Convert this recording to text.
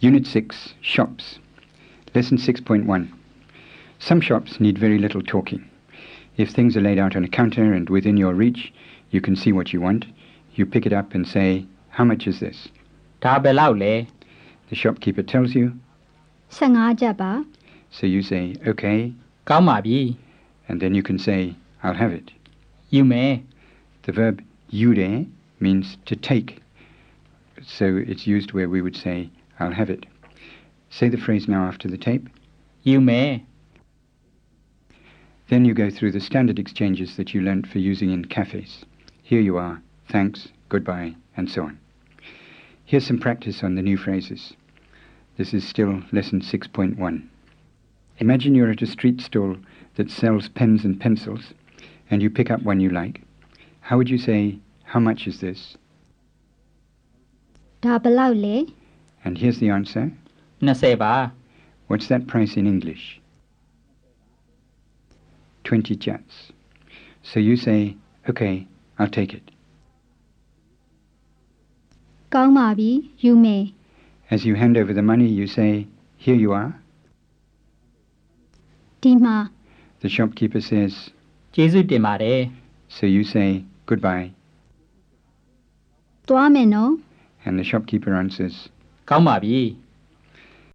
Unit 6 Shops. Lesson 6.1. Some shops need very little talking. If things are laid out on a counter and within your reach, you can see what you want. You pick it up and say, How much is this? ဒါဘယ်လောက်လဲ The shopkeeper tells you, 15ကျပ်ပါ so you say, Okay, ကောင်းပါပြီ and then you can say, I'll have it. ယူမယ် The verb yure means to take, so it's used where we would say, I'll have it. Say the phrase now after the tape. ယူမယ် Then you go through the standard exchanges that you learnt for using in cafes. Here you are, thanks, goodbye, and so on. Here's some practice on the new phrases. This is still lesson 6.1. Imagine you're at a street stall that sells pens and pencils, and you pick up one you like. How would you say, How much is this? ဒါဘယ်လောက်လဲ And here's the answer. 20ပါ What's that price in English? 20 chats. So you say, OK, I'll take it. ကောင်းပါပြီယူမယ် As you hand over the money, you say, Here you are. ဒီမှာ The shopkeeper says, ကျေးဇူးတင်ပါတယ် So you say, Goodbye. သွားမယ်နော် And the shopkeeper answers, ကောင်းပါပြီ